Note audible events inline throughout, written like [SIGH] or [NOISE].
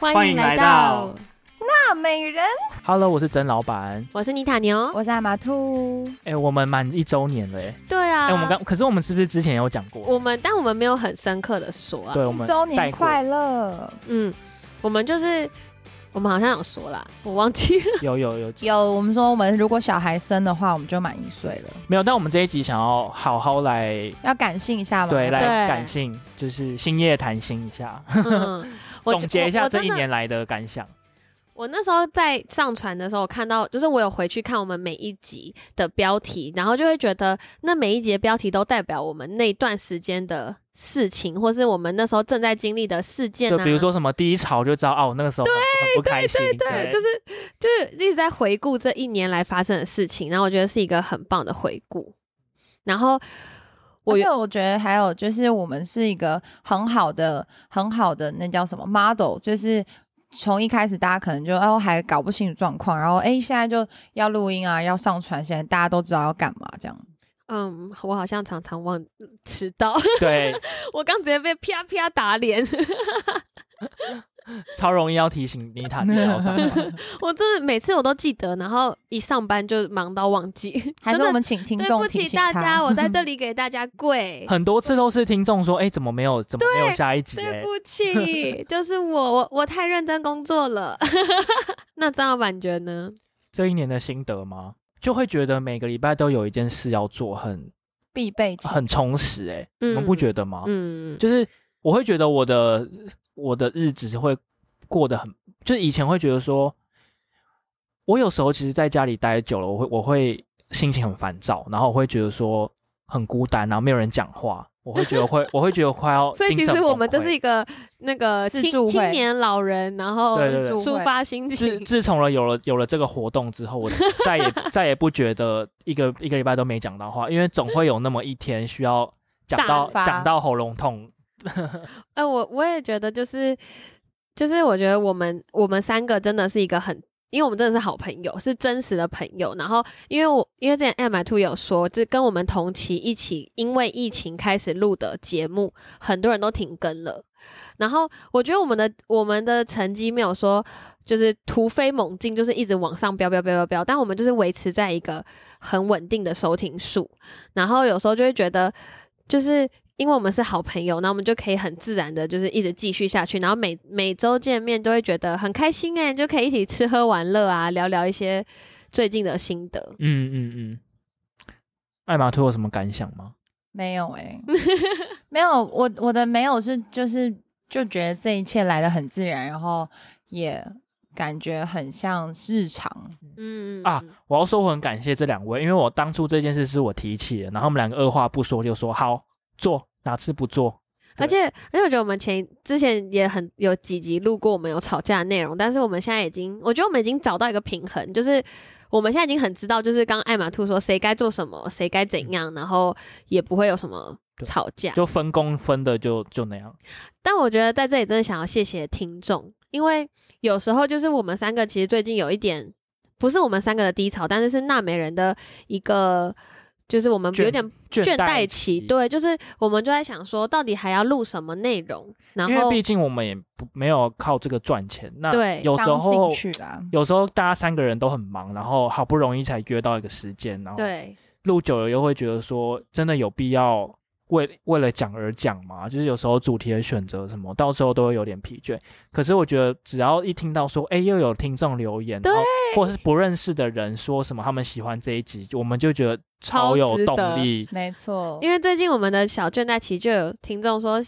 欢迎来到大美人， Hello，我是曾老板。我是妮塔牛。我是阿马兔。哎、我们满一周年了、哎、对啊，哎，我们刚，可是我们是不是之前有讲过？我们但我们没有很深刻的说啊，对，我们周带年过快乐！嗯，我们就是我们好像有说啦，我忘记 [LAUGHS] 了，有有有，有我们说，我们如果小孩生的话，我们就满一岁了，没有？但我们这一集想要好好来，要感性一下嘛。对，来对感性，就是星夜谈心一下，嗯，我总结一我下我真这的一年来的感想。我那时候在上传的时候，我看到就是我有回去看我们每一集的标题，然后就会觉得那每一集的标题都代表我们那段时间的事情，或是我们那时候正在经历的事件就啊。比如说什么第一潮就知道哦，我那个时候很很不开心，对对，就是就是一直在回顾这一年来发生的事情，然后我觉得是一个很棒的回顾。然后我而且我觉得还有就是，我们是一个很好的、很好的那叫什么 model，就是从一开始大家可能就哦还搞不清楚状况，然后哎现在就要录音啊，要上传，现在大家都知道要干嘛这样。嗯，我好像常常忘迟到， [LAUGHS] 对，我刚直接被啪啪打脸， [LAUGHS] 超容易要提醒妮塔你要上 [LAUGHS] 班。我真的每次我都记得，然后一上班就忙到忘记， [LAUGHS] 还真是的我们请听对众不提起醒大 [LAUGHS] 家，他，我在这里给大家跪很多次都是听众说，哎、怎么没有，怎么没有对下一集、对哎，不 [LAUGHS] 起，就是我，我我太认真工作了。 [LAUGHS] 那张老板觉得呢？这一年的心得吗？就会觉得每个礼拜都有一件事要做，很必备清很充实、哎、嗯你们不觉得吗？嗯，就是我会觉得我的我的日子会过得很，就是以前会觉得说，我有时候其实在家里待久了，我会我会心情很烦躁，然后我会觉得说很孤单，然后没有人讲话，我会觉得会我会觉得快要所以哦精其神实我崩们这溃是一个那个自青助会青年老人，然后对对对抒发心自情。自从了有了有了这个活动之后，我再也再也不觉得一个一个礼拜都没讲到话，因为总会有那么一天需要讲到大发讲到喉咙痛。呃，我我也觉得就是就是，我觉得我们我们三个真的是一个很。因为我们真的是好朋友，是真实的朋友。然后，因为我因为之前 M I Two 有说，这跟我们同期一起，因为疫情开始录的节目，很多人都停更了。然后，我觉得我们的我们的成绩没有说就是突飞猛进，就是一直往上飙飙飙飙飙，但我们就是维持在一个很稳定的收听数。然后有时候就会觉得，就是因为我们是好朋友，那我们就可以很自然的，就是一直继续下去。然后每每周见面都会觉得很开心哎、就可以一起吃喝玩乐啊，聊聊一些最近的心得。嗯嗯嗯。艾玛兔有什么感想吗？没有哎、 [LAUGHS] 没有，我我的没有是就是就觉得这一切来的很自然，然后也感觉很像日常。嗯啊，我要说我很感谢这两位，因为我当初这件事是我提起的，然后我们两个二话不说就说好做，哪次不做？而且而且我觉得我们前之前也很有几集录过我们有吵架的内容，但是我们现在已经，我觉得我们已经找到一个平衡，就是我们现在已经很知道，就是刚刚艾玛兔说谁该做什么，谁该怎样，然后也不会有什么嗯对吵架。就分工分的就就那样。但我觉得在这里真的想要谢谢听众，因为有时候就是我们三个其实最近有一点，不是我们三个的低潮，但是是纳美人的一个，就是我们倦有点倦怠期，对，就是我们就在想说，到底还要录什么内容，然因为后毕竟我们也不没有靠这个赚钱，那对有时当兴候趣啦，有时候大家三个人都很忙，然后好不容易才约到一个时间，然后对，录久了又会觉得说，真的有必要为为了讲而讲吗？就是有时候主题的选择什么，到时候都会有点疲倦。可是我觉得，只要一听到说，哎、又有听众留言，对然后或者是不认识的人说什么他们喜欢这一集，我们就觉得超超有值得动力。没错，因为最近我们的小倦怠期就有听众说。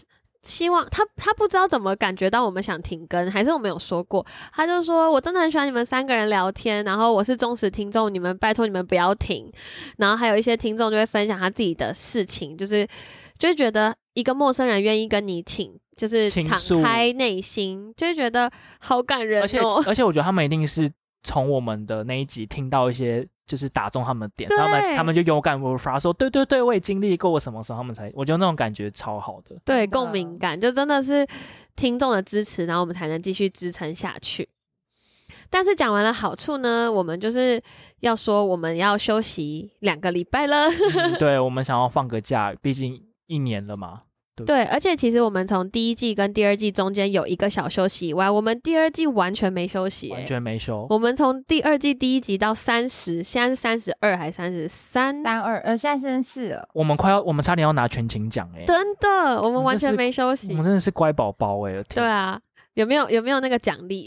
希望他他不知道怎么感觉到我们想停更，还是我们有说过，他就说我真的很喜欢你们三个人聊天，然后我是忠实听众，你们拜托你们不要停。然后还有一些听众就会分享他自己的事情，就是就会觉得一个陌生人愿意跟你请，就是倾敞诉开内心，就会觉得好感人而且哦。而且，我觉得他们一定是从我们的那一集听到一些。就是打中他们的点，对他们他们就有感而发，说对对对，我也经历过，我什么时候他们才，我觉得那种感觉超好的。对，真的共鸣感就真的是听众的支持，然后我们才能继续支撑下去。但是讲完了好处呢，我们就是要说我们要休息两个礼拜了。 [LAUGHS] 嗯对，我们想要放个假，毕竟一年了嘛。对不对对，而且其实我们从第一季跟第二季中间有一个小休息以外，我们第二季完全没休息、完欸。全没修。我们从第二季第一集到三十，现在是三十二还是三十三？三二呃，现在剩四了，我们快要，我们差点要拿全勤奖哎、真的，我们完全没休我息们。真的是乖宝宝哎，我的天对啊，有没有有没有那个奖励？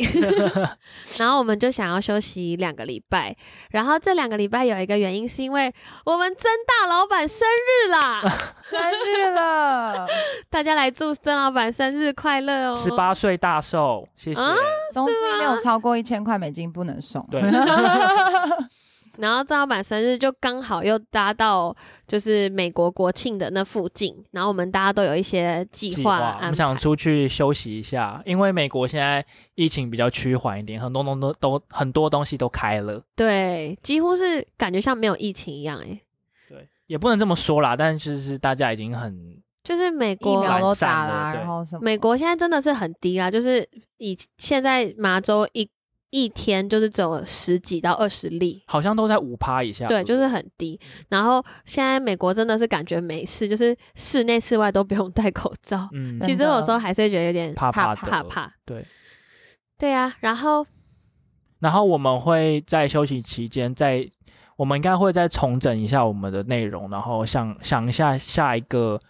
[LAUGHS] 然后我们就想要休息两个礼拜，然后这两个礼拜有一个原因是因为我们曾大老板生日 [LAUGHS] 啦，生日了，大家来祝曾老板生日快乐哦！十八岁大寿，谢谢。啊东西没有超过一千块美金不能送。对， [LAUGHS] 然后郑老板生日就刚好又搭到就是美国国庆的那附近，然后我们大家都有一些计计划啊划我安们排。想出去休息一下，因为美国现在疫情比较趋缓一点，很多东都都很多东西都开了。对，几乎是感觉像没有疫情一样、欸，诶，对，也不能这么说啦，但就是大家已经很就是美疫国苗都打懒散啦，了对然后什么？美国现在真的是很低啦，就是以现在麻州一一天就是只有十几到二十例，好像都在五趴以下。对，不嗯就是很低。然后现在美国真的是感觉没事，就是室内室外都不用戴口罩。嗯真，其实的哦我有时候还是会觉得有点怕怕怕的哦怕怕。对。对啊，然后然后我们会在休息期间再，我们应该会再重整一下我们的内容，然后想想一下下一个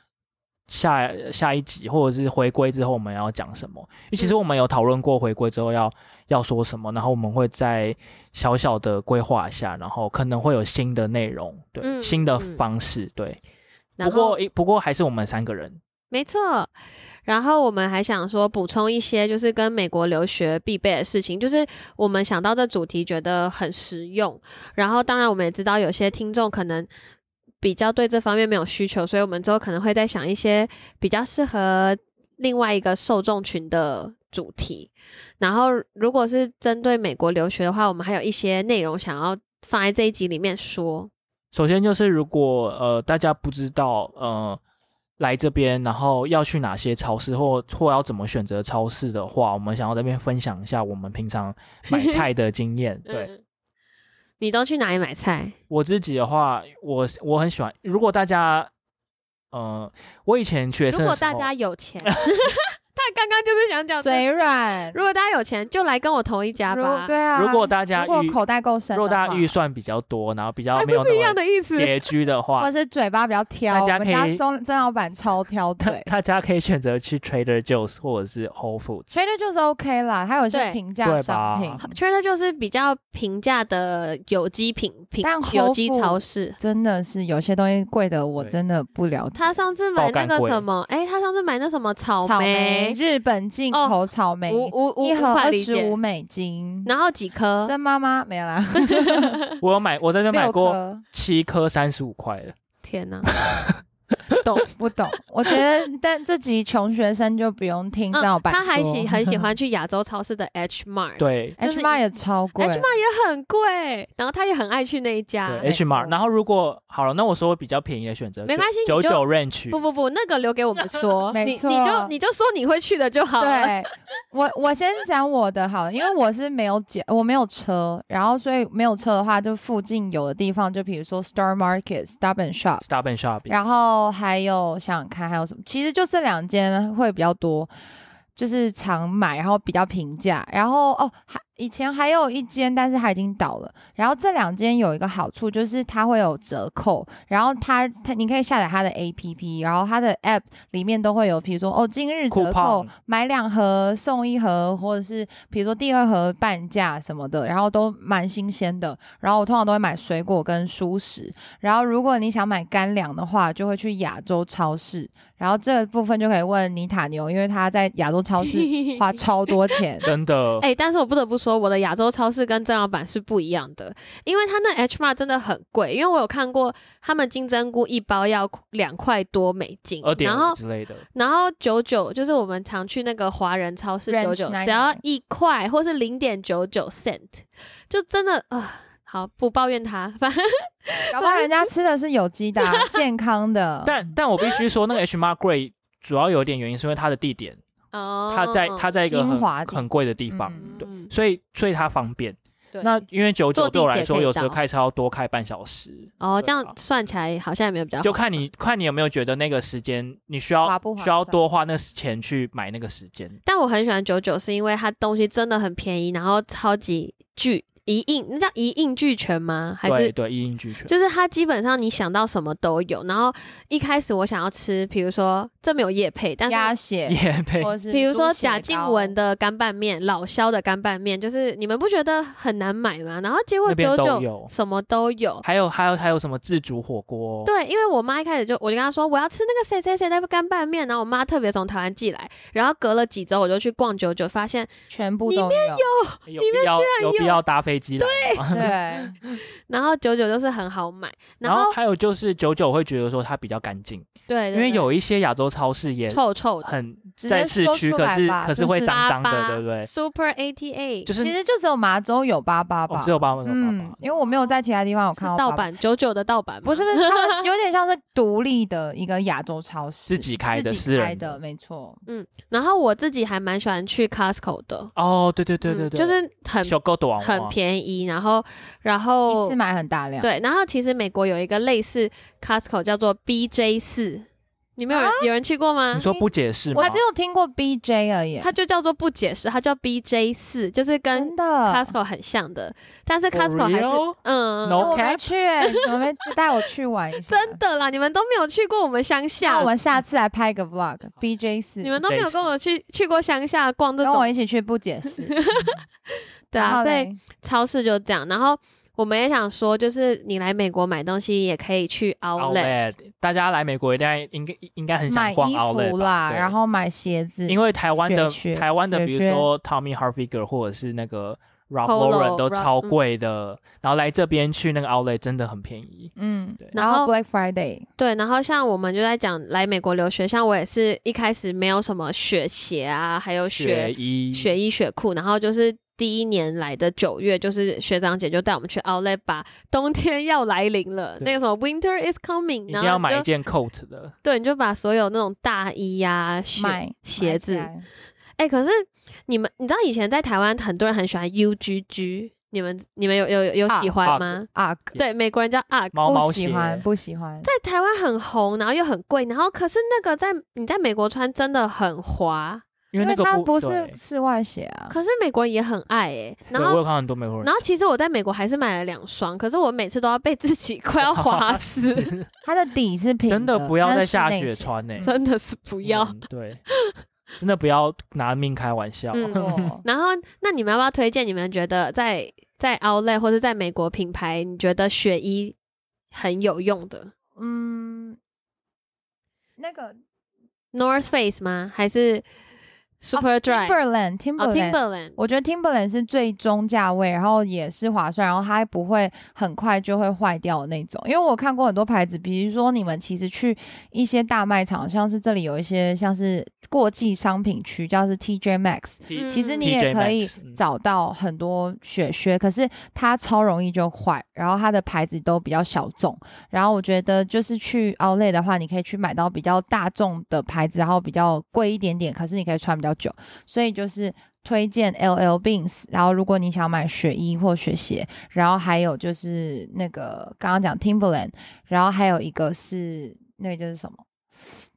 下下一集，或者是回归之后我们要讲什么。因为其实我们有讨论过回归之后要要说什么，然后我们会再小小的规划一下，然后可能会有新的内容，对，嗯新的嗯方式，对。然不后过不过还是我们三个人，没错。然后我们还想说补充一些，就是跟美国留学必备的事情，就是我们想到这主题觉得很实用。然后当然我们也知道有些听众可能比较对这方面没有需求，所以我们之后可能会再想一些比较适合另外一个受众群的主题。然后如果是针对美国留学的话，我们还有一些内容想要放在这一集里面说。首先就是如果呃大家不知道呃来这边，然后要去哪些超市或或要怎么选择超市的话，我们想要在这边分享一下我们平常买菜的经验。对嗯，你都去哪里买菜？我自己的话，我我很喜欢。如果大家呃，我以前学如生的果时候大家有钱，哦 [LAUGHS] 他刚刚就是想讲这嘴软，如果大家有钱，就来跟我同一家如吧，对啊，如果大家如果预口袋够深如的话，果大家预算比较多，然后比较还没有不是一那样么的意思。拮据的话或，是嘴巴比较挑，大家我们可家以曾曾老板超挑大，嘴大家可以选择去 Trader Joe's 或者是 Whole [LAUGHS] Foods。所以这就是 OK 啦。还有一些对平对价商吧品， Trader 就是比较平价的有机品品但，Whole 有机 Foods 超市。真的是有些东西贵的，我对真的不了解。他上次买那爆干个贵什么？哎、他上次买那什么草草莓，莓，日本进哦口草莓，无无无一盒无法二理十解五。美金。然后几颗？曾妈妈没有啦，我有买，我在那边买六过颗，七颗三十五块的。天哪！不懂。我觉得，但这集穷学生就不用听嗯老板他还说喜 [LAUGHS] 很喜欢去亚洲超市的 H Mart，对，就是 H 妈也超贵 H Mart 也很贵，然后他也很爱去那一家。对没 H Mart，错然后如果好了，那我说比较便宜的选择，没关系九你就九 range，不不不，那个留给我们说， [LAUGHS] 没你你错就你就说你会去的就好了。对我，我先讲我的好了，因为我是没有姐，我没有车，然后所以没有车的话，就附近有的地方，就比如说 Star Market、Stop and Shop， Stop and Shop，然后还有想想看还有什么，其实就这两间会比较多，就是常买，然后比较平价。然后哦，还以前还有一间，但是它已经倒了。然后这两间有一个好处就是它会有折扣，然后它它你可以下载它的 APP，然后它的 App 里面都会有，比如说哦今日折扣 Coupon 买两盒送一盒，或者是比如说第二盒半价什么的，然后都蛮新鲜的。然后我通常都会买水果跟蔬食，然后如果你想买干粮的话，就会去亚洲超市。然后这个部分就可以问妮塔牛，因为她在亚洲超市 [LAUGHS] 花超多钱。 [LAUGHS] 真的，哎、但是我不得不说，我的亚洲超市跟郑老板是不一样的，因为他那 H m a r 真的很贵，因为我有看过他们金针菇一包要两块多美金二，点然后嗯五之类的，然后九九就是我们常去那个华人超市 Ranch 九九， 99只要一块或是零点九九 cent，就真的啊、好不抱怨他，反正搞不好人家吃的是有机 [LAUGHS] 的啊、健康的。但但我必须说，那个 H Mart Great 主要有点原因是因为它的地点，哦，它在它在一个精华很地很贵的地方，嗯对，嗯所以所以它方便。对那因为九坐九地对我来铁说，可以有时候到开车要多开半小时，哦，对这样啊算起来好像也没有比较好，就看你看你有没有觉得那个时间你需要划不划需要算多花那钱去买那个时间。但我很喜欢九九，是因为它东西真的很便宜，然后超级巨一应，那叫一应俱全吗？还对是对，一应俱全。就是它基本上你想到什么都有。然后一开始我想要吃，比如说这没有叶配，但鸭是血，也配或是啊比如说猪血贾静糕雯的干拌面、老肖的干拌面，就是你们不觉得很难买吗？然后结果那边九都九有什么都有。还有还有还有什么自煮火锅？对，因为我妈一开始就，我就跟她说我要吃那个谁谁谁的干拌面，然后我妈特别从台湾寄来，然后隔了几周我就去逛九九，发现全部里都有，对，有必要有必要搭飞机来吗？对，然后九九就是很好买，然 [LAUGHS] 然后后还有就是九九会觉得说它比较干净，对，对因为对有一些亚洲超市也臭臭的，很直接在市说区，出可来是吧可是就会是脏脏88的，对不对？ ？Super ATA 就是其实就只有麻州有八八哦吧，只有八八八嗯八，，因为我没有在其他地方有是看到盗88，版九九的盗版吗，不是不是，他们有点像是独立的一个亚洲超市， [LAUGHS] 自己开的自己私开人的，。没错，然后我自己还蛮喜欢去 Costco 的，哦，对对对对嗯对，就是很小啊狗短袜很便宜，然后然一后次买很啊大量，对，然后其实美国有一个类似 Costco 叫做 BJ 四，你们有人有人去过吗啊你？说不解释吗我？只有听过 BJ 而已，它就叫做不解释，它叫 BJ 四，就是跟真的。 Costco 很像的，但是 For Costco 还是 real？嗯 No 我没 cap？去、欸，我没带我去玩一 [LAUGHS] 下。真的啦，你们都没有去过我们乡那下我，们下次来拍个 vlog。BJ 四，你们都没有跟我去去过乡下逛这跟我种，一起去不解释。 [LAUGHS] 对然啊，后所以嘞超市就这样。然后我们也想说，就是你来美国买东西也可以去 Outlet， Outlet，大家来美国一定该应该应该很买想逛衣 Outlet 服吧啦，对然后买鞋子，因为台湾的雪靴台湾的，雪比靴如说 Tommy Hilfiger 或者是那个 Ralph Polo， Lauren 都 Ralph，超嗯贵的，然后来这边去那个 Outlet 真的很便宜。嗯对，然然后后 Black Friday，对。然后像我们就在讲来美国留学，像我也是一开始没有什么雪鞋啊，还有雪雪衣，雪衣雪裤，然后就是。第一年来的九月，就是学长姐就带我们去 Outlet 吧，冬天要来临了，对那个什么 Winter is 一 coming，然定后要你买一就件 coat 的，对，你就把所有那种大衣呀、雪买鞋子，买起来哎、可是你们，你知道以前在台湾很多人很喜欢 UGG，你们你们有有有有喜 Ugg 欢吗？啊，对，美国人叫 UGG，猫猫不鞋喜。欢不喜欢，在台湾很红，然后又很贵，然后可是那个在你在美国穿真的很滑，因为因那为个它不对是室外鞋啊，可是美国人也很爱哎、然对我后。有看到很多美国人，然后其实我在美国还是买了两双，可是我每次都要被自己 [LAUGHS] 快要滑死，它的底是平真的不要它是在室下内雪鞋。穿呢、嗯真的是 [LAUGHS] 不要。嗯对，真的不要拿命开玩笑。嗯 [LAUGHS] 哦然后，那你们要不要推荐？你们觉得在在 Outlet 或是在美国品牌，你觉得雪衣很有用的嗯，那个 North Face 吗？还是 Super Dry？哦 Timberland 哦 Timberland。 ，Timberland，我觉得 Timberland 是最中价位，然后也是划算，然后它还不会很快就会坏掉的那种。因为我看过很多牌子，比如说你们其实去一些大卖场，像是这里有一些像是国际商品区，叫是 TJ Maxx， T- 嗯其实你也 TJ 可以 Maxx，嗯找到很多雪靴，可是它超容易就坏，然后它的牌子都比较小众。然后我觉得就是去 Outlet 的话，你可以去买到比较大众的牌子，然后比较贵一点点，可是你可以穿比较久。所以就是推荐 LL Beans。然后如果你想买雪衣或雪鞋，然后还有就是那个刚刚讲 Timberland，然后还有一个是那个就是什么？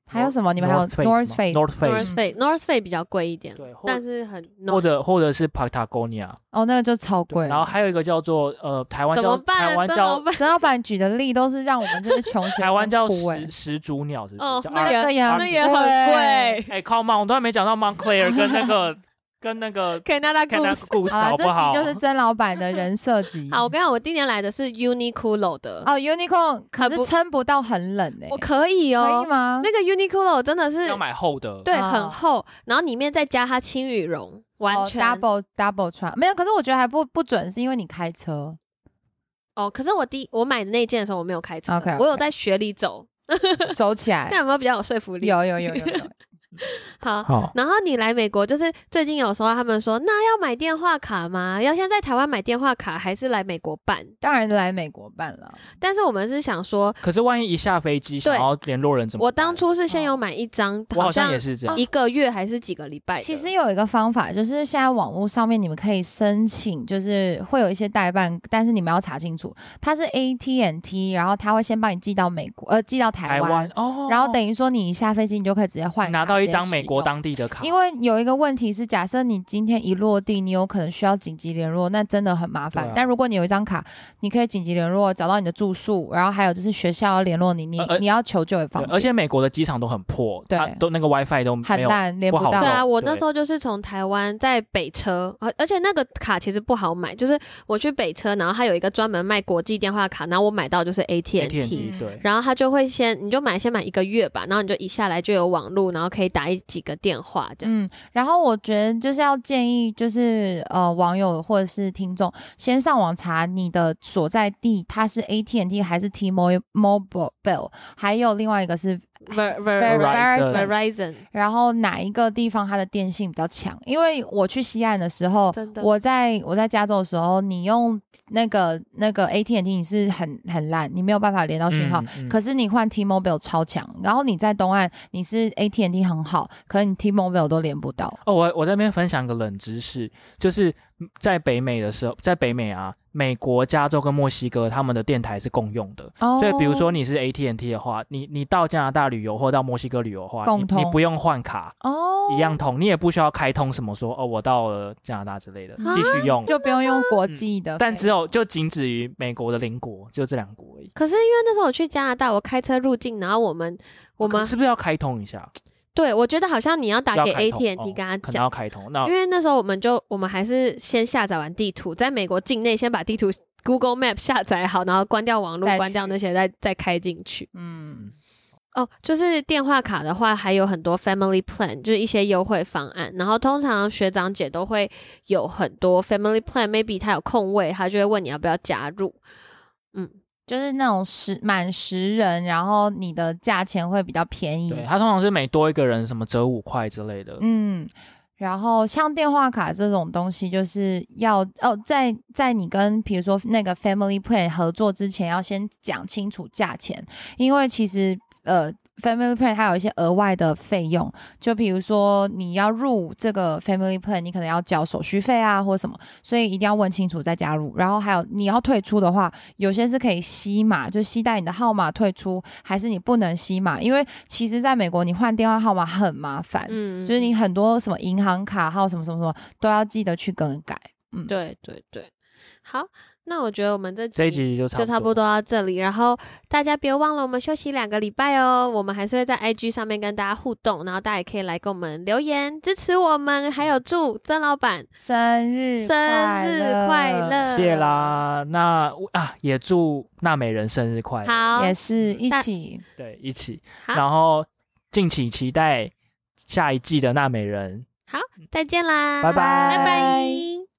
还有什么？你们还有 North North Face 吗 North Face？North Face， Face，North Face 比较贵一点，对，或但是很或者或者是 Patagonia，哦，那个就超对贵。然后还有一个叫做呃台湾怎么叫办？台湾怎么叫嗯办？陈老板举的例都是让我们这些穷学台湾叫生哭欸始始祖鸟，是不哦是？叫，那个 R- 也很那也很 [LAUGHS] 贵贵。哎，Come on，我都还没讲到 Montclair 跟那个跟那个可以那大 c a n a 故事。c 故事好好了，啊这不好集？就是曾老板的人设集好，我跟你讲，我今年来的是 Uniqlo 的，哦，Unicorn 可很不是撑不到很冷哎、我可以可以哦。吗？那个 Uniqlo 真的是要买厚的，对，哦很厚，然后里面再加它轻羽绒，完哦全 double double 穿没有，可是我觉得还不不准，是因为你开 [LAUGHS] 车。哦。可是我第一我买的那件的时候我没有开车 OK，OK 我有在雪里走，走起来哎这。样有没有比较有说服力？ [LAUGHS] 有有有有有，好，好，然后你来美国，就是最近有时候他们说，那要买电话卡吗？要先在台湾买电话卡，还是来美国办？当然来美国办了。但是我们是想说，可是万一一下飞机想要联络人怎么办？嗯我当初是先有哦买一张，我好像像也是这样，一个月还是几个礼拜的。其实有一个方法，就是现在网络上面你们可以申请，就是会有一些代办，但是你们要查清楚，它是 AT&T，然后他会先帮你寄到美国，呃，寄到台台湾，湾哦，然后等于说你一下飞机，你就可以直接换拿卡到一直接张使美国用。当地的卡，因为有一个问题是，假设你今天一落地，你有可能需要紧急联络，那真的很麻烦。对啊但如果你有一张卡，你可以紧急联络，找到你的住宿，然后还有就是学校要联络你，你、呃呃你要求救也方对便，而且美国的机场都很破，对它都那个 WiFi 都没很有。烂连不好到对到。啊，我哦对那时候就是从台湾在北车，而而且那个卡其实不好买，就是我去北车，然后它有一个专门卖国际电话卡，然后我买到就是 AT&T， AT&T 对，然后它就会先你就买先买一个月吧，然后你就一下来就有网络，然后可以打一几个电话这样。嗯，然后我觉得就是要建议，就是呃网友或者是听众，先上网查你的所在地，它是 AT&T 还是 T-Mobile，还有另外一个是 Ver- Ver- Verizon Verizon， Verizon 然后哪一个地方它的电信比较强？因为我去西岸的时哦候。真的，我在我在加州的时候，你用那个那个 AT&T 你是很很烂，你没有办法连到讯号。嗯，嗯可是你换 T-Mobile 超强，然后你在东岸你是 AT&T 很好，可是你 T-Mobile 都连不到。哦，我我在那边分享个冷知识，就是在北美的时候，在北美啊，美国加州跟墨西哥他们的电台是共用的，哦所以比如说你是 AT&T 的话，你你到加拿大旅游或到墨西哥旅游的话，共你通你不用换卡，哦，一样通，你也不需要开通什么说哦，我到了加拿大之类的，啊继续用。就不用用国际的费用、嗯但只有就仅止于美国的邻国，就这两国而已。可是因为那时候我去加拿大，我开车入境，然后我们我们哦是不是要开通一下？对我觉得好像你要打要给开通 AT&T 哦跟他可能讲。要开通。那因为那时候我们就我们还是先下载完地图，在美国境内先把地图 Google Map 下载好，然后关掉网再络，去关掉那些，再再开进去。嗯，哦，就是电话卡的话，还有很多 Family Plan，就是一些优惠方案。然后通常学长姐都会有很多 Family Plan，maybe 他有空位，他就会问你要不要加入。嗯，就是那种十满十人，然后你的价钱会比较便宜。对，它通常是每多一个人什么折五块之类的。嗯，然后像电话卡这种东西，就是要哦，在在你跟比如说那个 Family Plan 合作之前，要先讲清楚价钱，因为其实呃。Family Plan 还有一些额外的费用，就比如说你要入这个 Family Plan，你可能要交手续费啊，或什么，所以一定要问清楚再加入。然后还有你要退出的话，有些是可以吸码，就吸带你的号码退出，还是你不能吸码，因为其实在美国你换电话号码很麻烦，嗯就是你很多什么银行卡号什么什么什么都要记得去更改。嗯，，对对对。好，那我觉得我们这这一集就差就差不多到这里。然后大家别忘了，我们休息两个礼拜哦。我们还是会在 IG 上面跟大家互动，然后大家也可以来跟我们留言支持我们，还有祝曾老板生日生日快乐，乐，谢。啦。那啊，也祝娜美人生日快乐，好，也是一但起对，一起。好然后敬请期待下一季的娜美人，再见啦，拜拜拜拜